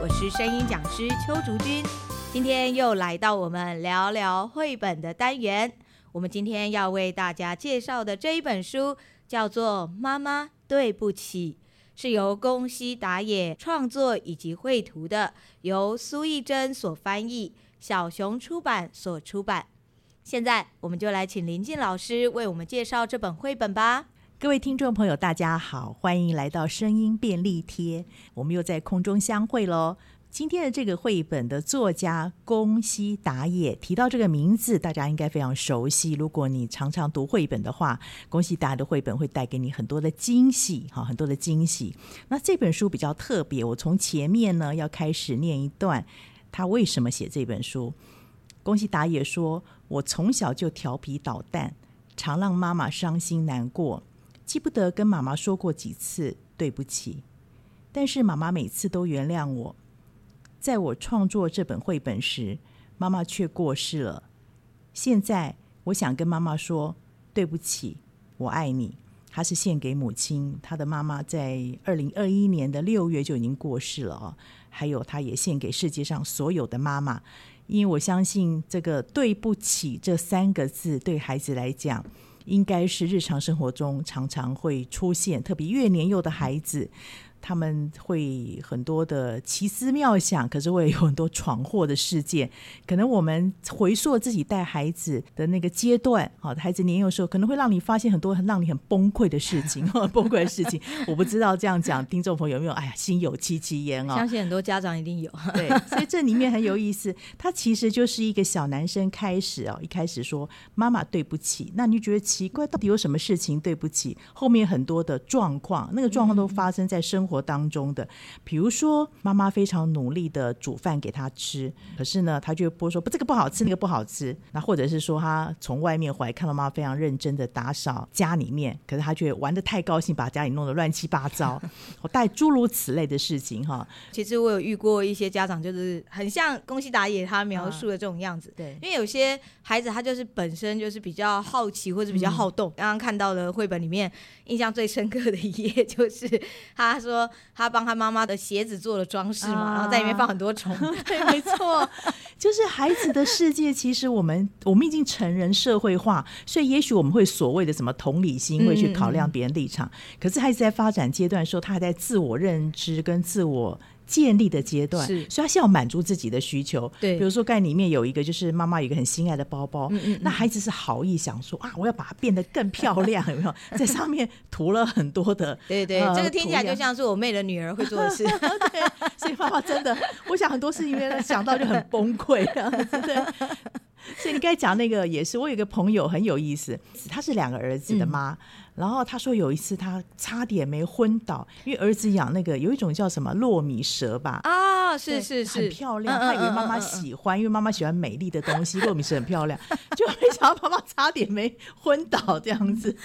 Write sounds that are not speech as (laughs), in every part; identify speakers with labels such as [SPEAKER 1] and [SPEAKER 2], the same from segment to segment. [SPEAKER 1] 我是声音讲师邱竹君，今天又来到我们聊聊绘本的单元。我们今天要为大家介绍的这一本书叫做《妈妈对不起》，是由宫西达也创作以及绘图的，由苏艺珍所翻译，小熊出版所出版。现在我们就来请林静老师为我们介绍这本绘本吧。
[SPEAKER 2] 各位听众朋友，大家好，欢迎来到声音便利贴，我们又在空中相会喽。今天的这个绘本的作家宫西达也提到这个名字，大家应该非常熟悉。如果你常常读绘本的话，宫西达也的绘本会带给你很多的惊喜，哈，很多的惊喜。那这本书比较特别，我从前面呢要开始念一段，他为什么写这本书？宫西达也说：“我从小就调皮捣蛋，常让妈妈伤心难过。记不得跟妈妈说过几次对不起，但是妈妈每次都原谅我。在我创作这本绘本时，妈妈却过世了。现在我想跟妈妈说对不起，我爱你。它是献给母亲，她的妈妈在二零二一年的六月就已经过世了哦。还有，她也献给世界上所有的妈妈，因为我相信这个“对不起”这三个字对孩子来讲，应该是日常生活中常常会出现，特别越年幼的孩子。他们会很多的奇思妙想，可是会有很多闯祸的事件。可能我们回溯自己带孩子的那个阶段，好，孩子年幼的时候，可能会让你发现很多很让你很崩溃的事情，哦崩溃的事情。我不知道这样讲，听众朋友有没有？哎呀，心有戚戚焉哦。
[SPEAKER 1] 相信很多家长一定有。
[SPEAKER 2] 对，所以这里面很有意思，他其实就是一个小男生开始哦，一开始说妈妈对不起，那你就觉得奇怪，到底有什么事情对不起？后面很多的状况，那个状况都发生在生活当中的，比如说妈妈非常努力的煮饭给他吃，可是呢，他就播说不这个不好吃，那个不好吃，那或者是说他从外面回来看到妈妈非常认真的打扫家里面，可是他却玩的太高兴，把家里弄得乱七八糟，我带诸如此类的事情哈，
[SPEAKER 1] 其实我有遇过一些家长，就是很像宫西达也他描述的这种样子。
[SPEAKER 2] 对
[SPEAKER 1] 因为有些孩子他就是本身就是比较好奇或者比较好动。刚刚看到的绘本里面，印象最深刻的一页就是他说他帮他妈妈的鞋子做了装饰嘛，
[SPEAKER 2] 啊
[SPEAKER 1] 然后在里面放很多虫。
[SPEAKER 2] 对，没错， (laughs) 就是孩子的世界，其实我们我们已经成人社会化，所以也许我们会所谓的什么同理心，会
[SPEAKER 1] 嗯
[SPEAKER 2] 去考量别人立场。可是孩子在发展阶段的时候，他还在自我认知跟自我。建立的阶段，
[SPEAKER 1] 是
[SPEAKER 2] 所以他是要满足自己的需求。
[SPEAKER 1] 对嗯
[SPEAKER 2] 比如说，概念里面有一个就是妈妈有一个很心爱的包包，那孩子是好意想说啊，我要把它变得更漂亮，有没有？在上面涂了很多的，
[SPEAKER 1] (laughs) 对对，
[SPEAKER 2] 呃
[SPEAKER 1] 这个听起来就
[SPEAKER 2] 图样
[SPEAKER 1] 像是我妹的女儿会做的事。
[SPEAKER 2] 对，所以妈妈真的，我想很多事情因为她想到就很崩溃这样子。对，所以你刚才讲那个也是，我有一个朋友很有意思，她是两个儿子的妈。
[SPEAKER 1] 嗯
[SPEAKER 2] 然后她说有一次她差点没昏倒，因为儿子养那个有一种叫什么糯米蛇吧，
[SPEAKER 1] 啊，是
[SPEAKER 2] 对
[SPEAKER 1] 是是，
[SPEAKER 2] 很漂亮。
[SPEAKER 1] 嗯
[SPEAKER 2] 她以为
[SPEAKER 1] 嗯
[SPEAKER 2] 妈妈
[SPEAKER 1] 嗯嗯
[SPEAKER 2] 喜欢，因为妈妈喜欢美丽的东西，糯米蛇很漂亮， (laughs) 就没想到妈妈差点没昏倒这样子。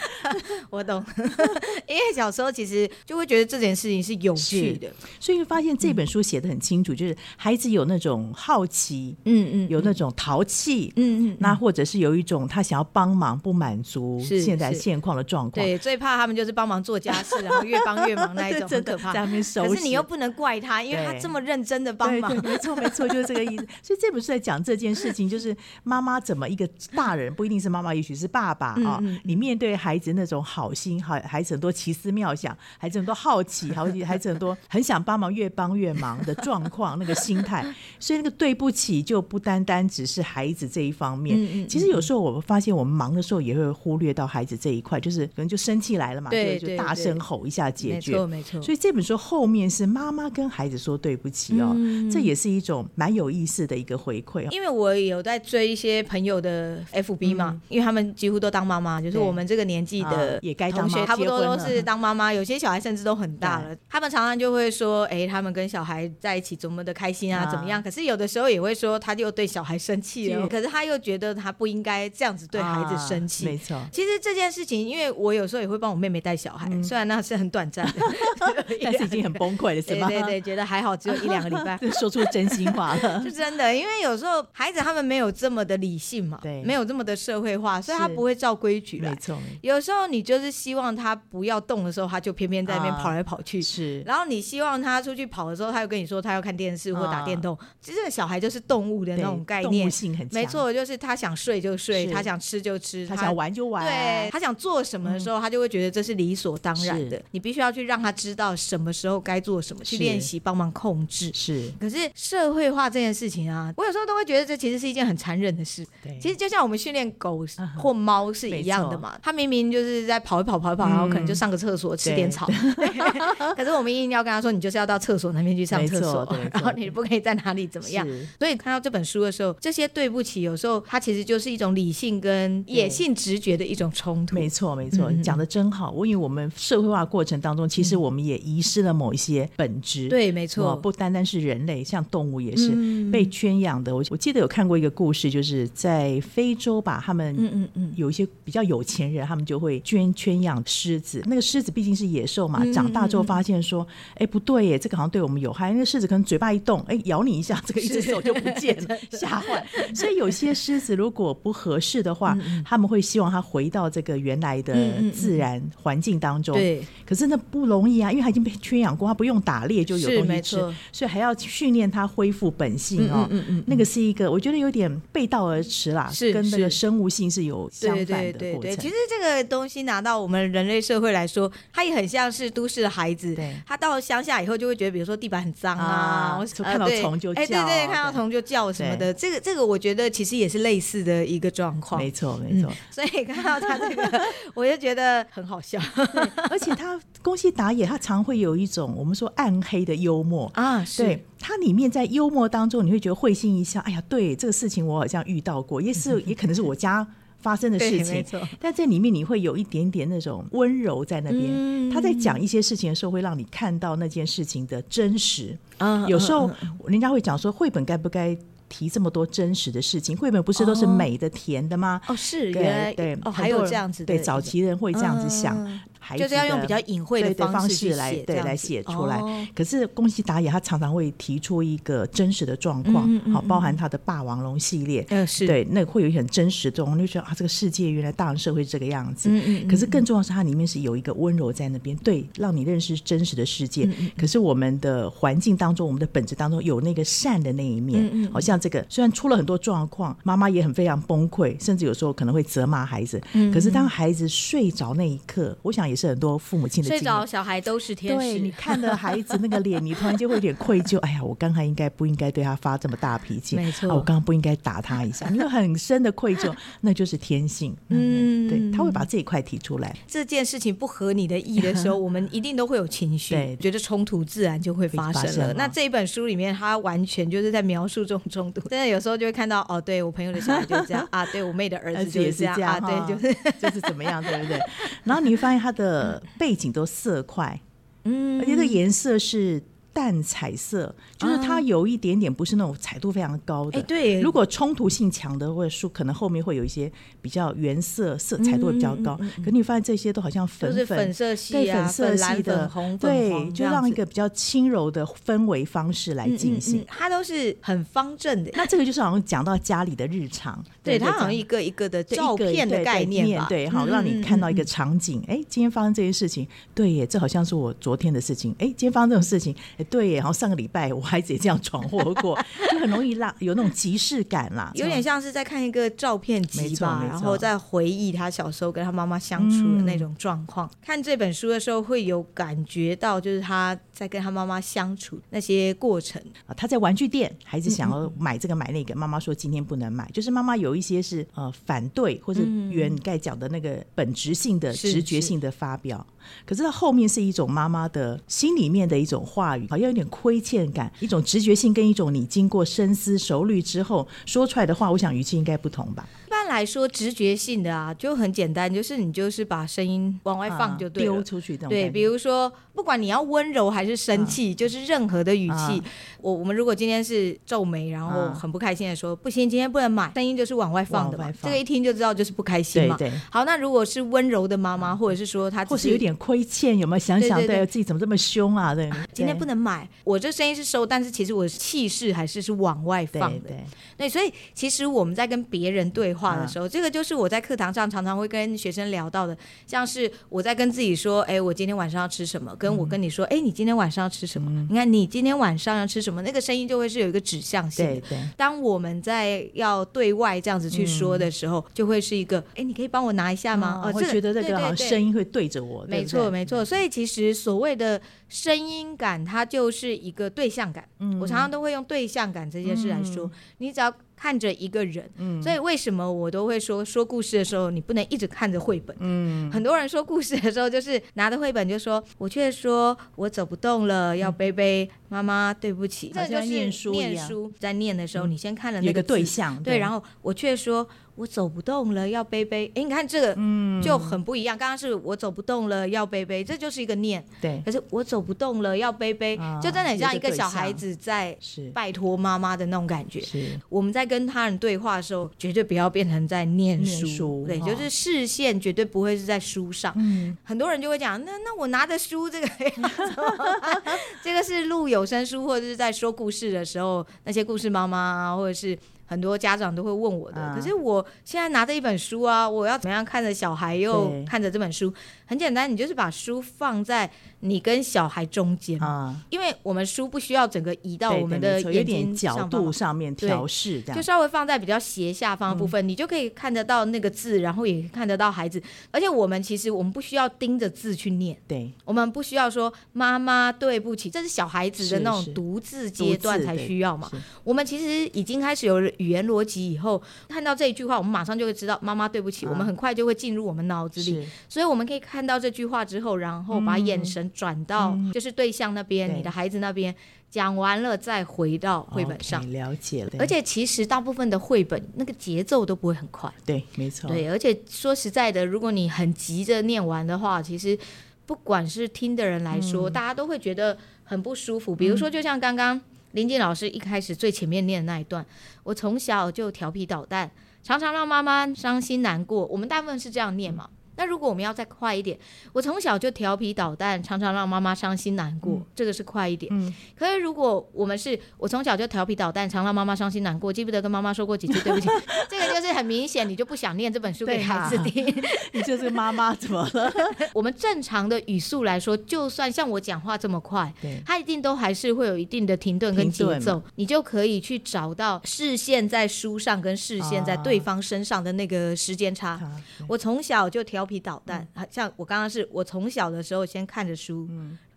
[SPEAKER 1] 我懂， (laughs) 因为小时候其实就会觉得这件事情是有趣
[SPEAKER 2] 是
[SPEAKER 1] 的。
[SPEAKER 2] 所以会发现这本书写的很清楚，就是孩子有那种好奇，
[SPEAKER 1] 嗯嗯
[SPEAKER 2] 有那种淘气，
[SPEAKER 1] 嗯嗯，
[SPEAKER 2] 那或者是有一种他想要帮忙不满足
[SPEAKER 1] 是
[SPEAKER 2] 现在
[SPEAKER 1] 是
[SPEAKER 2] 现况的状况，
[SPEAKER 1] 对，最怕他们就是帮忙做家事，然后越帮越忙那
[SPEAKER 2] (laughs)
[SPEAKER 1] 一种，
[SPEAKER 2] 真
[SPEAKER 1] 很
[SPEAKER 2] 的
[SPEAKER 1] 可
[SPEAKER 2] 在
[SPEAKER 1] 怕。
[SPEAKER 2] 那边收拾。
[SPEAKER 1] 可是你又不能怪他，因为他
[SPEAKER 2] 对
[SPEAKER 1] 这么认真的帮忙
[SPEAKER 2] 对，对没错没错，就是这个
[SPEAKER 1] (laughs)
[SPEAKER 2] 意思。所以这本书在讲这件事情，就是妈妈怎么一个大人，不一定是妈妈，也许是爸爸
[SPEAKER 1] 嗯
[SPEAKER 2] 啊、你面对孩子那种好心，好孩子很多奇思妙想，孩子很多好奇，好奇孩子很多很想帮忙，越帮越忙的状况，那个心态。所以那个对不起，就不单单只是孩子这一方面。
[SPEAKER 1] 嗯嗯
[SPEAKER 2] 其实有时候我们发现，我们忙的时候也会忽略到孩子这一块，就是可能就生气来了嘛，
[SPEAKER 1] 对
[SPEAKER 2] 就
[SPEAKER 1] 对
[SPEAKER 2] 就大
[SPEAKER 1] 对
[SPEAKER 2] 声吼一下解
[SPEAKER 1] 没
[SPEAKER 2] 决。
[SPEAKER 1] 错没错。
[SPEAKER 2] 所以这本书后面是妈妈跟孩子说对不起哦，
[SPEAKER 1] 嗯
[SPEAKER 2] 这也是一种蛮有意思的一个回馈哦。
[SPEAKER 1] 因为我有在追一些朋友的 FB 嘛，因为他们几乎都当妈妈，就是
[SPEAKER 2] 嗯对
[SPEAKER 1] 我们这个年纪的、
[SPEAKER 2] 啊也该当
[SPEAKER 1] 同学，
[SPEAKER 2] 妈
[SPEAKER 1] 差不多
[SPEAKER 2] 结婚
[SPEAKER 1] 都
[SPEAKER 2] 了
[SPEAKER 1] 是当妈妈，有些小孩甚至都很大了。他们常常就会说，哎、他们跟小孩在一起多么的开心啊，
[SPEAKER 2] 啊
[SPEAKER 1] 怎么样？可是有的时候也会说，他又对小孩生气了，
[SPEAKER 2] 是
[SPEAKER 1] 可是他又觉得他不应该这样子对孩子生气。
[SPEAKER 2] 啊没
[SPEAKER 1] (laughs)
[SPEAKER 2] 错。
[SPEAKER 1] 其实这件事情，因为我有时候也会帮我妹妹带小孩，虽然那是很短暂的，
[SPEAKER 2] 嗯
[SPEAKER 1] (laughs)
[SPEAKER 2] (laughs) 但是已经很崩溃了，是
[SPEAKER 1] 对
[SPEAKER 2] 吗？
[SPEAKER 1] 对对，觉得还好，只有一两个礼
[SPEAKER 2] (laughs)
[SPEAKER 1] 拜。
[SPEAKER 2] 说出真心话了。
[SPEAKER 1] (laughs) 是真的，因为有时候孩子他们没有这么的理性嘛，
[SPEAKER 2] 对
[SPEAKER 1] 没有这么的社会化，所以他
[SPEAKER 2] 是
[SPEAKER 1] 不会照规矩
[SPEAKER 2] 没
[SPEAKER 1] 来。
[SPEAKER 2] 错，没
[SPEAKER 1] 有时候你就是希望他不要动的时候，他就偏偏在那边
[SPEAKER 2] 啊
[SPEAKER 1] 跑来跑去
[SPEAKER 2] 错，。是
[SPEAKER 1] 然后你希望他出去跑的时候，他又跟你说他要看电视或打
[SPEAKER 2] 啊
[SPEAKER 1] 电动，其实小孩就是动物的
[SPEAKER 2] 对
[SPEAKER 1] 那种概
[SPEAKER 2] 动物
[SPEAKER 1] 念，
[SPEAKER 2] 性很强，
[SPEAKER 1] 没，错，就是他想睡就睡，
[SPEAKER 2] 是
[SPEAKER 1] 他想吃就吃，
[SPEAKER 2] 他想玩就玩，
[SPEAKER 1] 对啊他想做什么的时候，他就会觉得这是理所当然的
[SPEAKER 2] 嗯是。
[SPEAKER 1] 你必须要去让他知道什么时候该做什么，去
[SPEAKER 2] 是
[SPEAKER 1] 练习帮忙控制。
[SPEAKER 2] 是，
[SPEAKER 1] 可是社会化这件事情啊，我有时候都会觉得这其实是一件很残忍的事。
[SPEAKER 2] 对，
[SPEAKER 1] 其实就像我们训练狗
[SPEAKER 2] 嗯哼
[SPEAKER 1] 或猫是一样的嘛，它明明就是在跑一跑、跑一跑，
[SPEAKER 2] 嗯
[SPEAKER 1] 然后可能就上个厕所、吃点
[SPEAKER 2] 对
[SPEAKER 1] 草， (laughs)
[SPEAKER 2] (laughs)
[SPEAKER 1] 可是我们硬要跟它说，你就是要到厕所那边去上厕
[SPEAKER 2] 没错
[SPEAKER 1] 所
[SPEAKER 2] 对没，错
[SPEAKER 1] 然后你不可以在哪里怎么样。
[SPEAKER 2] 是
[SPEAKER 1] 所以看到这本书的时候，这些对不起，有时候它其实就是一种理性跟野性直觉的一种冲突。
[SPEAKER 2] 没错，没错，
[SPEAKER 1] 嗯嗯
[SPEAKER 2] 你讲的真好。我因为我们社会化过程当中，其实
[SPEAKER 1] 嗯
[SPEAKER 2] 我们也遗失了某一些本质。
[SPEAKER 1] 对，没
[SPEAKER 2] 哦
[SPEAKER 1] 错，
[SPEAKER 2] 不单单是人类，像动物也是
[SPEAKER 1] 嗯
[SPEAKER 2] 被圈养的。我我记得有看过一个故事，就是在非洲吧，他们
[SPEAKER 1] 嗯嗯嗯，
[SPEAKER 2] 有一些比较有钱人，他们就会圈圈养狮子。那个狮子毕竟是野兽嘛
[SPEAKER 1] 嗯，
[SPEAKER 2] 长大之后
[SPEAKER 1] 嗯嗯
[SPEAKER 2] 发现说，哎，不对耶，这个好像对我们有害。那个狮子可能嘴巴一动，哎，咬你一下，这个一只手就不见
[SPEAKER 1] (laughs)
[SPEAKER 2] 了，吓坏。所以有些狮子如果不合适的话，他们会希望它回到这个原来
[SPEAKER 1] 嗯嗯
[SPEAKER 2] 的
[SPEAKER 1] 嗯
[SPEAKER 2] 自然环境当中。
[SPEAKER 1] 对，
[SPEAKER 2] 可是那不容易啊，因为它已经被圈养过，它不用打猎就有
[SPEAKER 1] 是
[SPEAKER 2] 东
[SPEAKER 1] 没
[SPEAKER 2] 西吃
[SPEAKER 1] 错，
[SPEAKER 2] 所以还要训练它恢复本性哦。
[SPEAKER 1] 嗯嗯嗯嗯
[SPEAKER 2] 那个是一个我觉得有点背道而驰啦，
[SPEAKER 1] 是
[SPEAKER 2] 跟那
[SPEAKER 1] 是
[SPEAKER 2] 个生物性是有相
[SPEAKER 1] 对
[SPEAKER 2] 反
[SPEAKER 1] 对
[SPEAKER 2] 的
[SPEAKER 1] 对
[SPEAKER 2] 过程。
[SPEAKER 1] 对，其实这个东西拿到我们人类社会来说，它也很像是都市的孩子
[SPEAKER 2] 对，
[SPEAKER 1] 他到乡下以后就会觉得，比如说地板很脏啊
[SPEAKER 2] 啊，
[SPEAKER 1] 或
[SPEAKER 2] 看到
[SPEAKER 1] 呃对
[SPEAKER 2] 虫就
[SPEAKER 1] 哎，对
[SPEAKER 2] 叫啊
[SPEAKER 1] 对，看到
[SPEAKER 2] 对
[SPEAKER 1] 虫就叫什么的，这个这个我觉得其实也是类似的一个状况。嗯
[SPEAKER 2] 没错没错，
[SPEAKER 1] 所以看到他这个， (laughs) 我就觉得很好笑嗯
[SPEAKER 2] 而且它宫西达也，它常会有一种我们说暗黑的幽默。
[SPEAKER 1] 啊，是
[SPEAKER 2] 对，它里面在幽默当中，你会觉得会心一笑。哎呀，对这个事情我好像遇到过，
[SPEAKER 1] (laughs)
[SPEAKER 2] 也是也可能是我家发生的
[SPEAKER 1] (laughs) 对
[SPEAKER 2] 事
[SPEAKER 1] 没
[SPEAKER 2] 情。啊
[SPEAKER 1] 错，
[SPEAKER 2] 但这里面你会有一点点那种温柔在那边。
[SPEAKER 1] 嗯
[SPEAKER 2] 他在讲一些事情的时候，会让你看到那件事情的真实。
[SPEAKER 1] 啊
[SPEAKER 2] 有时候
[SPEAKER 1] 嗯嗯
[SPEAKER 2] 人家会讲说，绘本该不该提这么多真实的事情？绘本不是都是
[SPEAKER 1] 哦
[SPEAKER 2] 美的、甜的吗？
[SPEAKER 1] 哦是
[SPEAKER 2] 对
[SPEAKER 1] 原来
[SPEAKER 2] 对，
[SPEAKER 1] 哦
[SPEAKER 2] 很
[SPEAKER 1] 还有
[SPEAKER 2] 多人
[SPEAKER 1] 这样子的
[SPEAKER 2] 对，早期人会这样子想
[SPEAKER 1] 嗯，
[SPEAKER 2] 孩
[SPEAKER 1] 就是
[SPEAKER 2] 子
[SPEAKER 1] 要用
[SPEAKER 2] 的
[SPEAKER 1] 比较隐晦
[SPEAKER 2] 对
[SPEAKER 1] 的
[SPEAKER 2] 对方
[SPEAKER 1] 式去
[SPEAKER 2] 式来
[SPEAKER 1] 写这
[SPEAKER 2] 对
[SPEAKER 1] 样
[SPEAKER 2] 来
[SPEAKER 1] 子
[SPEAKER 2] 写出来
[SPEAKER 1] 哦。
[SPEAKER 2] 可是宫西达也他常常会提出一个真实的状况
[SPEAKER 1] 嗯嗯，嗯
[SPEAKER 2] 好，包
[SPEAKER 1] 嗯
[SPEAKER 2] 含他的霸王龙系列，
[SPEAKER 1] 嗯是，
[SPEAKER 2] 对，那会有一很真实的状况，就觉得啊，这个世界原来大人社会是这个样子。
[SPEAKER 1] 嗯嗯嗯
[SPEAKER 2] 可是更重要的是，它里面是有一个温柔在那边，对，让你认识真实的世
[SPEAKER 1] 嗯
[SPEAKER 2] 界。可是我们的环境当中，我们的本质当中有那个善的那一面。
[SPEAKER 1] 嗯嗯
[SPEAKER 2] 好像这个虽然出了很多状况，妈妈也很非常崩溃，甚至有时候可能会责骂孩子。
[SPEAKER 1] 嗯
[SPEAKER 2] 可是当孩子睡着那一刻，我想也是很多父母亲的经
[SPEAKER 1] 睡
[SPEAKER 2] 历。
[SPEAKER 1] 着小孩都是天
[SPEAKER 2] 对
[SPEAKER 1] 使，
[SPEAKER 2] 你看了孩子那个脸，你突然就会有点愧疚。哎呀，我刚才应该不应该对他发这么大脾气？
[SPEAKER 1] 没错
[SPEAKER 2] 啊我刚刚不应该打他一下。你有很深的愧疚，那就是天性。
[SPEAKER 1] 嗯
[SPEAKER 2] 对，他会把这一块提出来。
[SPEAKER 1] 这件事情不合你的意的时
[SPEAKER 2] (laughs)
[SPEAKER 1] 候，我们一定都会有情绪
[SPEAKER 2] 对，
[SPEAKER 1] 觉得冲突自然就会发生了。
[SPEAKER 2] 发生了
[SPEAKER 1] 那这一本书里面，它完全就是在描述这种冲突。真的有时候就会看到，哦，对我朋友的小孩就是这样啊，对我妹的儿
[SPEAKER 2] (laughs) 儿
[SPEAKER 1] 子
[SPEAKER 2] 子
[SPEAKER 1] 就
[SPEAKER 2] 也
[SPEAKER 1] 是这
[SPEAKER 2] 是
[SPEAKER 1] 样
[SPEAKER 2] 这样
[SPEAKER 1] 啊，
[SPEAKER 2] 哈，
[SPEAKER 1] 对，就是
[SPEAKER 2] 就是怎么样，对不对？然后你会发现他的背景都色块，
[SPEAKER 1] (laughs) 嗯
[SPEAKER 2] 而且这个颜色是淡彩色，就是它有一点点不是那种彩度非常高
[SPEAKER 1] 啊 (laughs)
[SPEAKER 2] 的。
[SPEAKER 1] 哎对
[SPEAKER 2] 如果冲突性强的或者书，可能后面会有一些比较原色色彩度会
[SPEAKER 1] 嗯
[SPEAKER 2] 比较高。可你发现这些都好像粉
[SPEAKER 1] 就是
[SPEAKER 2] 粉
[SPEAKER 1] 粉色系
[SPEAKER 2] 对
[SPEAKER 1] 啊，
[SPEAKER 2] 粉色
[SPEAKER 1] 蓝、
[SPEAKER 2] 系的，
[SPEAKER 1] 粉红、粉
[SPEAKER 2] 对，
[SPEAKER 1] 黄这
[SPEAKER 2] 就
[SPEAKER 1] 样
[SPEAKER 2] 让
[SPEAKER 1] 子，
[SPEAKER 2] 一个比较轻柔的氛围方式来
[SPEAKER 1] 嗯
[SPEAKER 2] 进
[SPEAKER 1] 嗯
[SPEAKER 2] 行。
[SPEAKER 1] 嗯它都是很方正的。
[SPEAKER 2] 那这个就是好像讲到家里的日常，
[SPEAKER 1] 对，
[SPEAKER 2] 不
[SPEAKER 1] 它好像
[SPEAKER 2] 讲
[SPEAKER 1] 一个一个的
[SPEAKER 2] 对
[SPEAKER 1] 照
[SPEAKER 2] 一个
[SPEAKER 1] 片的
[SPEAKER 2] 对
[SPEAKER 1] 概
[SPEAKER 2] 对
[SPEAKER 1] 念吧，嗯
[SPEAKER 2] 对，好让你看到一个场景。哎、今天发生这些事情，对耶，这好像是我昨天的事情。哎、今天发生这种事情，哎，对耶，然后上个礼拜我孩子也这样闯祸过， (laughs) 就很容易让有那种即视感啦，
[SPEAKER 1] 有点像是在看一个照片集
[SPEAKER 2] 没错
[SPEAKER 1] 吧，
[SPEAKER 2] 没错
[SPEAKER 1] 然后再回忆他小时候跟他妈妈相处的那种状况。看这本书的时候，会有感觉到就是他在跟他妈妈相处那些过程。
[SPEAKER 2] 啊，他在玩具店，孩子
[SPEAKER 1] 嗯
[SPEAKER 2] 想要买这个买那个，妈妈说今天不能买，就是妈妈有一些是呃反对或者原盖讲的那个本质性的、
[SPEAKER 1] 嗯是
[SPEAKER 2] 直觉性的发表，可是到后面是一种妈妈的心里面的一种话语，好像有点亏欠感，一种直觉性跟一种你经过深思熟虑之后说出来的话，我想语气应该不同吧？
[SPEAKER 1] 一般来说，直觉性的啊，就很简单，就是你就是把声音往外放就对了。
[SPEAKER 2] 啊丢出去这种嗯
[SPEAKER 1] 对，
[SPEAKER 2] 感
[SPEAKER 1] 比
[SPEAKER 2] 觉
[SPEAKER 1] 如说，不管你要温柔还是生气，就是任何的语气，
[SPEAKER 2] 啊
[SPEAKER 1] 我我们如果今天是皱眉，然后
[SPEAKER 2] 啊
[SPEAKER 1] 很不开心的说，不行，今天不能买，声音就是往外放的嘛
[SPEAKER 2] 往外，
[SPEAKER 1] 这
[SPEAKER 2] 放
[SPEAKER 1] 个一听就知道就是不开心嘛。
[SPEAKER 2] 对对，
[SPEAKER 1] 好，那如果是温柔的妈妈，或者是说她只
[SPEAKER 2] 或是有点亏欠，有没有想
[SPEAKER 1] 对
[SPEAKER 2] 想
[SPEAKER 1] 对对
[SPEAKER 2] 自己怎么这么凶啊？对，
[SPEAKER 1] 今天不
[SPEAKER 2] 能
[SPEAKER 1] 能买，我这声音是收，但是其实我的气势还是是往外放
[SPEAKER 2] 对
[SPEAKER 1] 的。
[SPEAKER 2] 对
[SPEAKER 1] 对，所以其实我们在跟别人对话
[SPEAKER 2] 嗯
[SPEAKER 1] 的时候，这个就是我在课堂上常常会跟学生聊到的，像是我在跟自己说，哎，我今天晚上要吃什么，跟
[SPEAKER 2] 嗯
[SPEAKER 1] 我跟你说，哎，你今天晚上要吃什么？你看你今天晚上要吃什么，那个声音就会是有一个指向性的。
[SPEAKER 2] 对对，
[SPEAKER 1] 当我们在要对外这样子去说的时候，就会是一个，哎，你可以帮我拿一下吗？
[SPEAKER 2] 啊
[SPEAKER 1] 哦，
[SPEAKER 2] 嗯会
[SPEAKER 1] 这
[SPEAKER 2] 觉得这
[SPEAKER 1] 对对
[SPEAKER 2] 个好像
[SPEAKER 1] 对
[SPEAKER 2] 声音会对着我，对
[SPEAKER 1] 没
[SPEAKER 2] 不
[SPEAKER 1] 错，
[SPEAKER 2] 对
[SPEAKER 1] 没错。所以其实所谓的声音感，它就是一个对象感。
[SPEAKER 2] 嗯
[SPEAKER 1] 我常常都会用对象感这件事来说，你只要看着一个人，
[SPEAKER 2] 嗯
[SPEAKER 1] 所以为什么我都会说说故事的时候，你不能一直看着绘本。
[SPEAKER 2] 嗯
[SPEAKER 1] 很多人说故事的时候，就是拿着绘本就说：“我却说我走不动了，
[SPEAKER 2] 嗯
[SPEAKER 1] 要背背妈妈，对不起。”这
[SPEAKER 2] 好像
[SPEAKER 1] 就
[SPEAKER 2] 在
[SPEAKER 1] 是
[SPEAKER 2] 念书一
[SPEAKER 1] 念
[SPEAKER 2] 样
[SPEAKER 1] 书在念的时候，你先看了
[SPEAKER 2] 有
[SPEAKER 1] 那
[SPEAKER 2] 一个
[SPEAKER 1] 个
[SPEAKER 2] 对
[SPEAKER 1] 字
[SPEAKER 2] 象，
[SPEAKER 1] 对，然后我却说我走不动了，要背背。诶，你看这个，嗯，就很不一样。刚刚是我走不动了，要背背，这就是一个念；
[SPEAKER 2] 对
[SPEAKER 1] 可是我走不动了，要背背，
[SPEAKER 2] 嗯啊
[SPEAKER 1] 就真的很像一
[SPEAKER 2] 有一
[SPEAKER 1] 个
[SPEAKER 2] 个对
[SPEAKER 1] 小
[SPEAKER 2] 象
[SPEAKER 1] 孩子在
[SPEAKER 2] 是
[SPEAKER 1] 拜托妈妈的那种感觉。
[SPEAKER 2] 是
[SPEAKER 1] 我们在跟他人对话的时候，绝对不要变成在念
[SPEAKER 2] 念
[SPEAKER 1] 书，
[SPEAKER 2] 书
[SPEAKER 1] 对，
[SPEAKER 2] 哈
[SPEAKER 1] 就是视线绝对不会是在书上。
[SPEAKER 2] 嗯
[SPEAKER 1] 很多人就会讲，那那我拿着书这个要怎么办， (laughs) 这个是录有声书或者是在说故事的时候，那些故事妈妈啊或者是很多家长都会问我的。
[SPEAKER 2] 啊
[SPEAKER 1] 可是我现在拿着一本书啊，我要怎么样看着小孩又
[SPEAKER 2] 对
[SPEAKER 1] 看着这本书？很简单，你就是把书放在你跟小孩中间，
[SPEAKER 2] 啊，
[SPEAKER 1] 因为我们书不需要整个移到
[SPEAKER 2] 对
[SPEAKER 1] 我们
[SPEAKER 2] 对
[SPEAKER 1] 的
[SPEAKER 2] 没错有
[SPEAKER 1] 眼
[SPEAKER 2] 点
[SPEAKER 1] 睛
[SPEAKER 2] 角
[SPEAKER 1] 上方嘛
[SPEAKER 2] 度上面
[SPEAKER 1] 对
[SPEAKER 2] 调试
[SPEAKER 1] 就
[SPEAKER 2] 这样，嗯
[SPEAKER 1] 稍微放在比较斜下方的部分，你就可以看得到那个字，然后也看得到孩子。而且我们其实我们不需要盯着字去念，
[SPEAKER 2] 对
[SPEAKER 1] 我们不需要说妈妈对不起，这是小孩子的
[SPEAKER 2] 是
[SPEAKER 1] 那
[SPEAKER 2] 是
[SPEAKER 1] 种独自阶
[SPEAKER 2] 独
[SPEAKER 1] 段
[SPEAKER 2] 自
[SPEAKER 1] 才
[SPEAKER 2] 对
[SPEAKER 1] 需要哦嘛
[SPEAKER 2] 是。
[SPEAKER 1] 我们其实已经开始有语言逻辑以后，看到这一句话，我们马上就会知道妈妈对不起，
[SPEAKER 2] 啊
[SPEAKER 1] 我们很快就会进入我们脑子里。
[SPEAKER 2] 是嗯
[SPEAKER 1] 所以我们可以看到这句话之后，然后把眼神转到就是对象那边，
[SPEAKER 2] 对
[SPEAKER 1] 你的孩子那边，讲完了再回到绘本
[SPEAKER 2] 哦 OK，
[SPEAKER 1] 上。
[SPEAKER 2] 了解了，
[SPEAKER 1] 而且其实大部分的绘本那个节奏都不会很快，
[SPEAKER 2] 对没错，
[SPEAKER 1] 对。而且说实在的，如果你很急着念完的话，其实不管是听的人来说，大家都会觉得很不舒服。比如说，就像刚刚林静老师一开始最前面念的那一段，我从小就调皮捣蛋，常常让妈妈伤心难过。我们大部分是这样念嘛。那如果我们要再快一点，我从小就调皮捣蛋，常常让妈妈伤心难过，
[SPEAKER 2] 嗯
[SPEAKER 1] 这个是快一点。可是如果我们是我从小就调皮捣蛋，常让妈妈伤心难过，记不得跟妈妈说过几次
[SPEAKER 2] (laughs)
[SPEAKER 1] 对不起，这个就是很明显，你就不想念这本书给
[SPEAKER 2] 对
[SPEAKER 1] 孩
[SPEAKER 2] 啊
[SPEAKER 1] 子听。
[SPEAKER 2] 你这是妈
[SPEAKER 1] (laughs)
[SPEAKER 2] 妈怎么了？
[SPEAKER 1] 我们正常的语速来说，就算像我讲话这么快
[SPEAKER 2] 对，
[SPEAKER 1] 它一定都还是会有一定的停顿跟节
[SPEAKER 2] 停顿
[SPEAKER 1] 奏，你就可以去找到视线在书上跟视线在对方身上的那个时间差。
[SPEAKER 2] 啊
[SPEAKER 1] 我从小就调皮捣蛋，
[SPEAKER 2] 嗯
[SPEAKER 1] 啊像我刚刚是我从小的时候先看着书，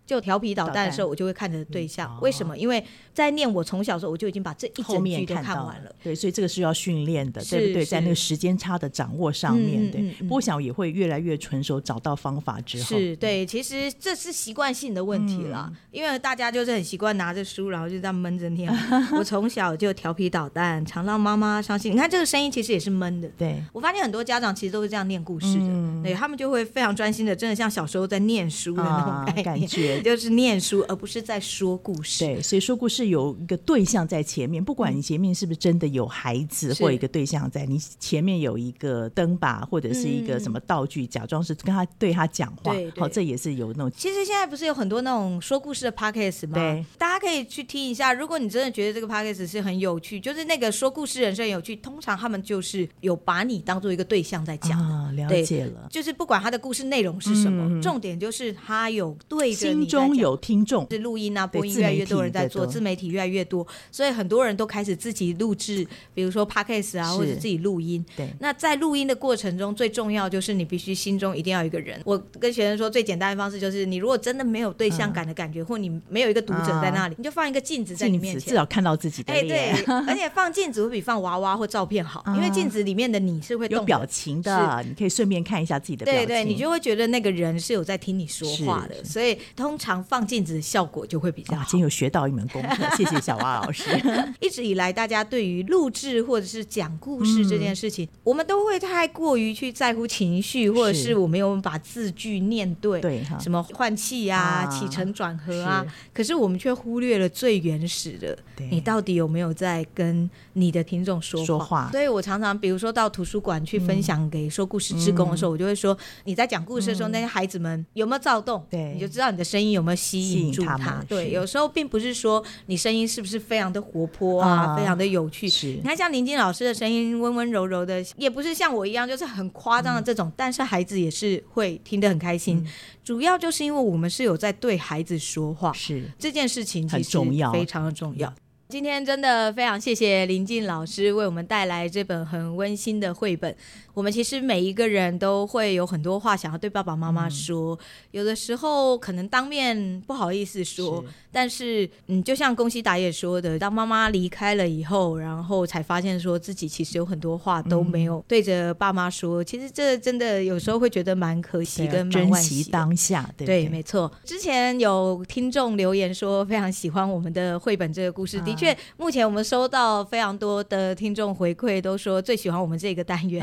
[SPEAKER 1] 就调皮捣蛋的时候，我就会看着对象。
[SPEAKER 2] 嗯哦
[SPEAKER 1] 为什么？因为在念我从小的时候，我就已经把这一
[SPEAKER 2] 后
[SPEAKER 1] 整
[SPEAKER 2] 面
[SPEAKER 1] 句都
[SPEAKER 2] 看到
[SPEAKER 1] 完了。，
[SPEAKER 2] 对，所以这个是要训练的，
[SPEAKER 1] 是
[SPEAKER 2] 对不对？在那个
[SPEAKER 1] 是
[SPEAKER 2] 时间差的掌握上
[SPEAKER 1] 嗯
[SPEAKER 2] 面，
[SPEAKER 1] 嗯
[SPEAKER 2] 对
[SPEAKER 1] 嗯。嗯
[SPEAKER 2] 不过我想也会越来越成熟，找到方法之后，
[SPEAKER 1] 是对，其实这是习惯性的问题啦，
[SPEAKER 2] 嗯
[SPEAKER 1] 因为大家就是很习惯拿着书，然后就这样闷着
[SPEAKER 2] (laughs)
[SPEAKER 1] 念。我从小就调皮捣蛋，常让妈妈伤心。你看这个声音其实也是闷的。
[SPEAKER 2] 对，
[SPEAKER 1] 我发现很多家长其实都是这样念故事的，
[SPEAKER 2] 嗯
[SPEAKER 1] 对他们就会非常专心的，真的像小时候在念书的那
[SPEAKER 2] 啊
[SPEAKER 1] 种，概
[SPEAKER 2] 感
[SPEAKER 1] 念，
[SPEAKER 2] 觉。
[SPEAKER 1] (laughs) 就是念书，而不是在说故事。
[SPEAKER 2] 对，所以说故事有一个对象在前面，不管你前面是不是真的有孩子
[SPEAKER 1] 嗯是
[SPEAKER 2] 或一个对象在，你前面有一个灯吧，或者是一个什么道具，假装是跟他对他讲话
[SPEAKER 1] 嗯对，对
[SPEAKER 2] 好，这也是有那种
[SPEAKER 1] 其实现在不是有很多那种说故事的 podcast 吗？
[SPEAKER 2] 对，
[SPEAKER 1] 大家可以去听一下。如果你真的觉得这个 podcast 是很有趣，就是那个说故事人生很有趣，通常他们就是有把你当做一个对象在讲。
[SPEAKER 2] 啊，了
[SPEAKER 1] 对
[SPEAKER 2] 解了，
[SPEAKER 1] 就是不管他的故事内容是什么，重点就是他有对着你
[SPEAKER 2] 心
[SPEAKER 1] 在
[SPEAKER 2] 中
[SPEAKER 1] 讲
[SPEAKER 2] 有听众，
[SPEAKER 1] 是录音啊，
[SPEAKER 2] 对
[SPEAKER 1] 播音
[SPEAKER 2] 自
[SPEAKER 1] 越来
[SPEAKER 2] 媒
[SPEAKER 1] 越多
[SPEAKER 2] 体
[SPEAKER 1] 人在
[SPEAKER 2] 的
[SPEAKER 1] 做，
[SPEAKER 2] 多
[SPEAKER 1] 自媒体越来越多，所以很多人都开始自己录制，比如说 podcast 啊，
[SPEAKER 2] 是
[SPEAKER 1] 或者自己录音。
[SPEAKER 2] 对
[SPEAKER 1] 那在录音的过程中，最重要就是你必须心中一定要有一个人。我跟学生说，最简单的方式就是，你如果真的没有对
[SPEAKER 2] 嗯
[SPEAKER 1] 象感的感觉，或你没有一个读者在那里，你就放一个镜子在你
[SPEAKER 2] 镜
[SPEAKER 1] 面
[SPEAKER 2] 子
[SPEAKER 1] 前
[SPEAKER 2] 至。少看到自己的
[SPEAKER 1] 哎，对 (laughs)
[SPEAKER 2] 脸，，
[SPEAKER 1] 而且放镜子会比放娃娃或照片好，因为镜子里面的你是会动
[SPEAKER 2] 啊有
[SPEAKER 1] 的
[SPEAKER 2] 表情的，你可以顺便看一下自己的表
[SPEAKER 1] 对
[SPEAKER 2] 情。
[SPEAKER 1] 对，你就会觉得那个人是有在听你说话的，
[SPEAKER 2] 是哦
[SPEAKER 1] 所以通通常放镜子效果就会比较
[SPEAKER 2] 哇，
[SPEAKER 1] 好。
[SPEAKER 2] 今天有学到一门功课，谢谢小蛙
[SPEAKER 1] (laughs)
[SPEAKER 2] 老师。 (laughs)
[SPEAKER 1] 一直以来，大家对于录制或者是讲故
[SPEAKER 2] 嗯
[SPEAKER 1] 事这件事情，我们都会太过于去在乎情绪，或者是我们有没有把字句念对，
[SPEAKER 2] 对哈，
[SPEAKER 1] 什么换气啊、
[SPEAKER 2] 啊
[SPEAKER 1] 起承转合啊，可是我们却忽略了最原始的，
[SPEAKER 2] 对
[SPEAKER 1] 你到底有没有在跟你的听众说话？
[SPEAKER 2] 说话嗯
[SPEAKER 1] 所以我常常，比如说到图书馆去分享给说故事职工的时候，我就会说，你在讲故事的时候，那些孩子们有没有躁动？
[SPEAKER 2] 嗯对
[SPEAKER 1] 你就知道你的声音有没有吸
[SPEAKER 2] 吸引
[SPEAKER 1] 住
[SPEAKER 2] 他们
[SPEAKER 1] 对，
[SPEAKER 2] 是
[SPEAKER 1] 有时候并不是说你声音是不是非常的活泼啊，
[SPEAKER 2] 啊
[SPEAKER 1] 非常的有趣。
[SPEAKER 2] 是
[SPEAKER 1] (laughs) 你看，像林静老师的声音温温柔柔的，也不是像我一样就是很夸张的这
[SPEAKER 2] 嗯
[SPEAKER 1] 种，但是孩子也是会听得很开心。主要就是因为我们是有在对孩子说话，
[SPEAKER 2] 是
[SPEAKER 1] 这件事情其
[SPEAKER 2] 很
[SPEAKER 1] 实
[SPEAKER 2] 重要
[SPEAKER 1] 非常的重要。今天真的非常谢谢林静老师为我们带来这本很温馨的绘本。我们其实每一个人都会有很多话想要对爸爸妈
[SPEAKER 2] 嗯
[SPEAKER 1] 妈说，有的时候可能当面不好意思说，
[SPEAKER 2] 是
[SPEAKER 1] 但是嗯，就像宫西达也说的，当妈妈离开了以后，然后才发现说自己其实有很多话都没
[SPEAKER 2] 嗯
[SPEAKER 1] 有对着爸妈说，其实这真的有时候会觉得蛮可惜
[SPEAKER 2] 对啊
[SPEAKER 1] 跟蛮
[SPEAKER 2] 珍
[SPEAKER 1] 惋
[SPEAKER 2] 惜
[SPEAKER 1] 惜的。
[SPEAKER 2] 当下，对不
[SPEAKER 1] 对，没错。之前有听众留言说非常喜欢我们的绘本这个
[SPEAKER 2] 啊
[SPEAKER 1] 故事，的确，目前我们收到非常多的听众回馈，都说最喜欢我们这个单元。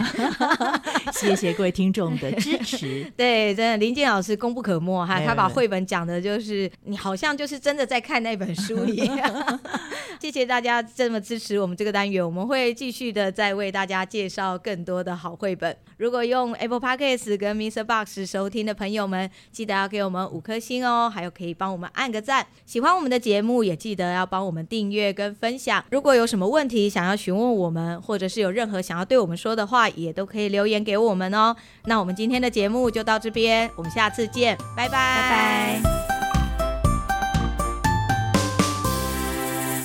[SPEAKER 2] 谢谢各位听众的支持。
[SPEAKER 1] 对，真的，林健老师功不可没哈，
[SPEAKER 2] 没有
[SPEAKER 1] 他把
[SPEAKER 2] 没有
[SPEAKER 1] 绘本讲的就是你好像就是真的在看那本书一样。 (laughs) 谢谢大家这么支持我们这个单元，我们会继续的再为大家介绍更多的好绘本。如果用 Apple Podcast 跟 Mr. Box 收听的朋友们，记得要给我们五颗星哦，还有可以帮我们按个赞。喜欢我们的节目，也记得要帮我们订阅跟分享。如果有什么问题想要询问我们，或者是有任何想要对我们说的话，也都可以留言给我们哦。那我们今天的节目就到这边，我们下次见，拜拜，拜
[SPEAKER 2] 拜。